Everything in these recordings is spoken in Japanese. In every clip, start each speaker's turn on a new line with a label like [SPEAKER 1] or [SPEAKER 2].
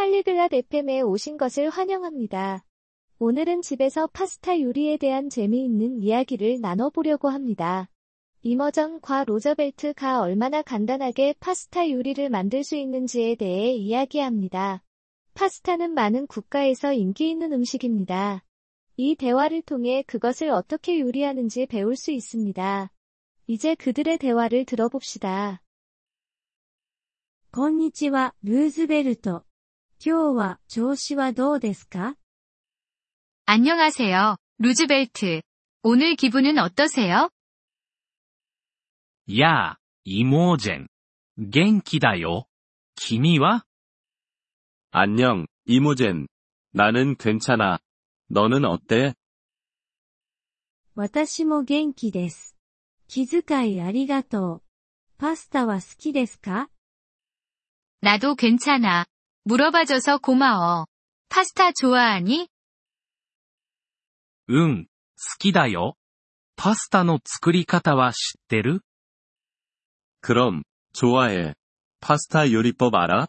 [SPEAKER 1] 할리글랏 FM에 오신 것을 환영합니다. 오늘은 집에서 파스타 요리에 대한 재미있는 이야기를 나눠보려고 합니다. 이머전과 로저벨트가 얼마나 간단하게 파스타 요리를 만들 수 있는지에 대해 이야기합니다. 파스타는 많은 국가에서 인기 있는 음식입니다. 이 대화를 통해 그것을 어떻게 요리하는지 배울 수 있습니다. 이제 그들의 대화를 들어봅시다.
[SPEAKER 2] こんにちは、ルーズベルト。今日は調子はどうですか
[SPEAKER 3] 안녕하세요, 루즈벨트. 오늘 기분은 어떠세요?
[SPEAKER 4] やあ、イモージェン。元気だよ。君は
[SPEAKER 5] 안녕, 이모젠. 나는 괜찮아. 너는 어때?
[SPEAKER 2] 私も元気です。気遣いありがとう。パスタは好きですか
[SPEAKER 3] 나도 괜찮아. 물어봐줘서 고마워. 파스타 좋아하니?
[SPEAKER 4] うん、好きだよ。パスタの作り方は知ってる
[SPEAKER 5] 그럼, 좋아해. 파스타 요리법 알아?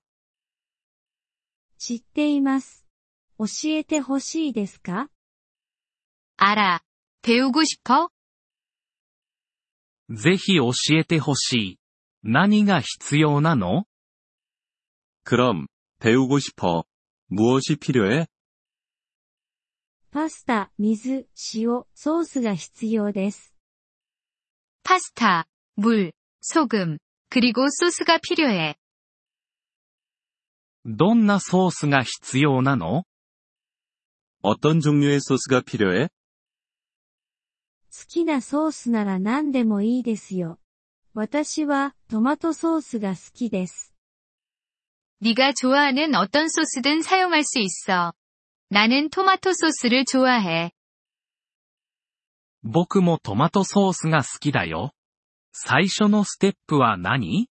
[SPEAKER 2] 知っています。教えてほしいですか
[SPEAKER 3] 알아. 배우고 싶어?
[SPEAKER 4] ぜひ教えてほしい。何が必要なの
[SPEAKER 5] 그럼, 배우고 싶어. 무엇이 필요해?
[SPEAKER 2] パスタ、水、塩、ソースが必要です。
[SPEAKER 3] 파스타, 물, 소금, 그리고 소스가 필요해.
[SPEAKER 4] どんなソースが必要なの
[SPEAKER 5] 어떤 종류의 소스가 필요해?
[SPEAKER 2] 好きなソースなら何でもいいですよ。私はトマトソースが好きです。
[SPEAKER 3] 네가 좋아하는 어떤 소스든 사용할 수 있어. 나는 토마토 소스를 좋아해.
[SPEAKER 4] 僕もトマトソースが好きだよ。最初のステップは何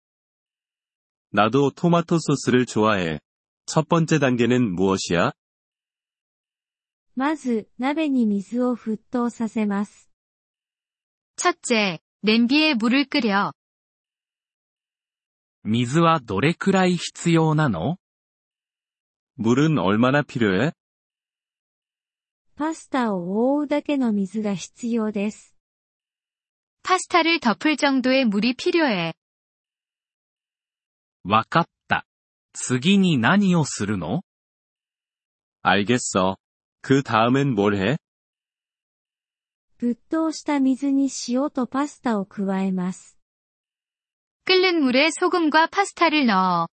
[SPEAKER 5] 나도 토마토 소스를 좋아해. 첫 번째 단계는 무엇이야?
[SPEAKER 2] まず、鍋に水を沸騰させます。
[SPEAKER 3] 첫째, 냄비에 물을 끓여.
[SPEAKER 4] 水はどれくらい必要なの
[SPEAKER 5] 물은 얼마나 필요해?
[SPEAKER 2] パスタを覆うだけの水が必要です。
[SPEAKER 3] 파스타를 덮을 정도의 물이 필요해.
[SPEAKER 4] わかった。次に何をするの
[SPEAKER 5] 알겠어. 그 다음엔 뭘 해?
[SPEAKER 2] 沸騰した水に塩とパスタを加えます。
[SPEAKER 3] 끓는 물에 소금과 파스타를 넣어.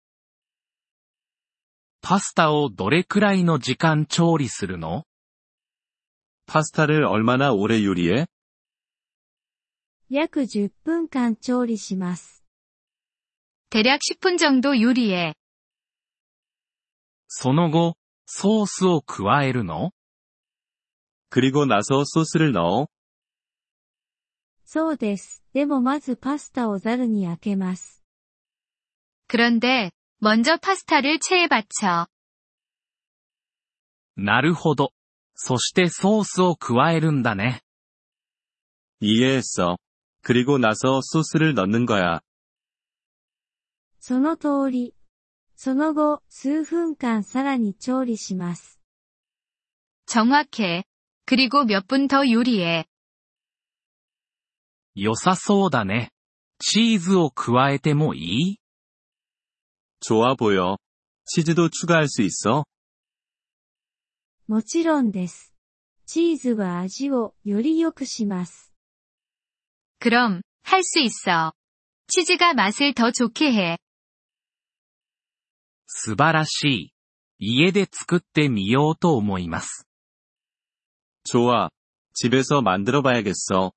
[SPEAKER 4] パスタをどれくらいの時間調理するの
[SPEAKER 5] 파스타를 얼마나 오래 요리해?
[SPEAKER 2] 約10分間調理します。
[SPEAKER 3] 대략 10분 정도 요리해.
[SPEAKER 4] その後、ソースを加えるの
[SPEAKER 5] 그리고 나서 소스를 넣어.
[SPEAKER 2] そうです。でもまずパスタをザルに開けます。
[SPEAKER 3] 그런데 먼저 파스타를 체에 받쳐.
[SPEAKER 4] なるほど。そしてソースを加えるんだね。
[SPEAKER 5] 이해했어. 그리고 나서 소스를 넣는 거야.
[SPEAKER 2] その通り。その後、数分間さらに調理します。
[SPEAKER 3] 정확해. 그리고 몇 분 더 요리해.
[SPEAKER 4] 良さそうだね。チーズを加えてもいい
[SPEAKER 5] 좋아 보여. 치즈도 추가할 수 있어?
[SPEAKER 2] もちろんです。チーズは味をより良くします。
[SPEAKER 3] 그럼 할 수 있어. 치즈가 맛을 더 좋게 해.
[SPEAKER 4] 素晴らしい。家で作ってみようと思います。
[SPEAKER 5] 좋아. 집에서 만들어 봐야겠어.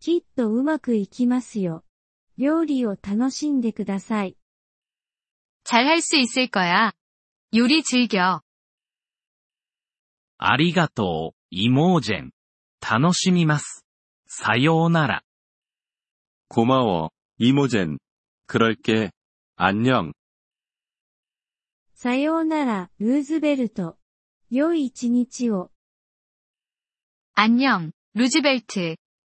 [SPEAKER 2] きっとうまくいきますよ。料理を楽しんでください。
[SPEAKER 3] 잘 할 수 있을 거야. 요리 즐겨.
[SPEAKER 4] ありがとう、イモージェン。楽しみます。さようなら。
[SPEAKER 5] 고마워. 이모젠. 그럴게. 안녕.
[SPEAKER 2] さようなら、ルーズベルト。良い一日を。
[SPEAKER 3] 안녕, 루즈벨트.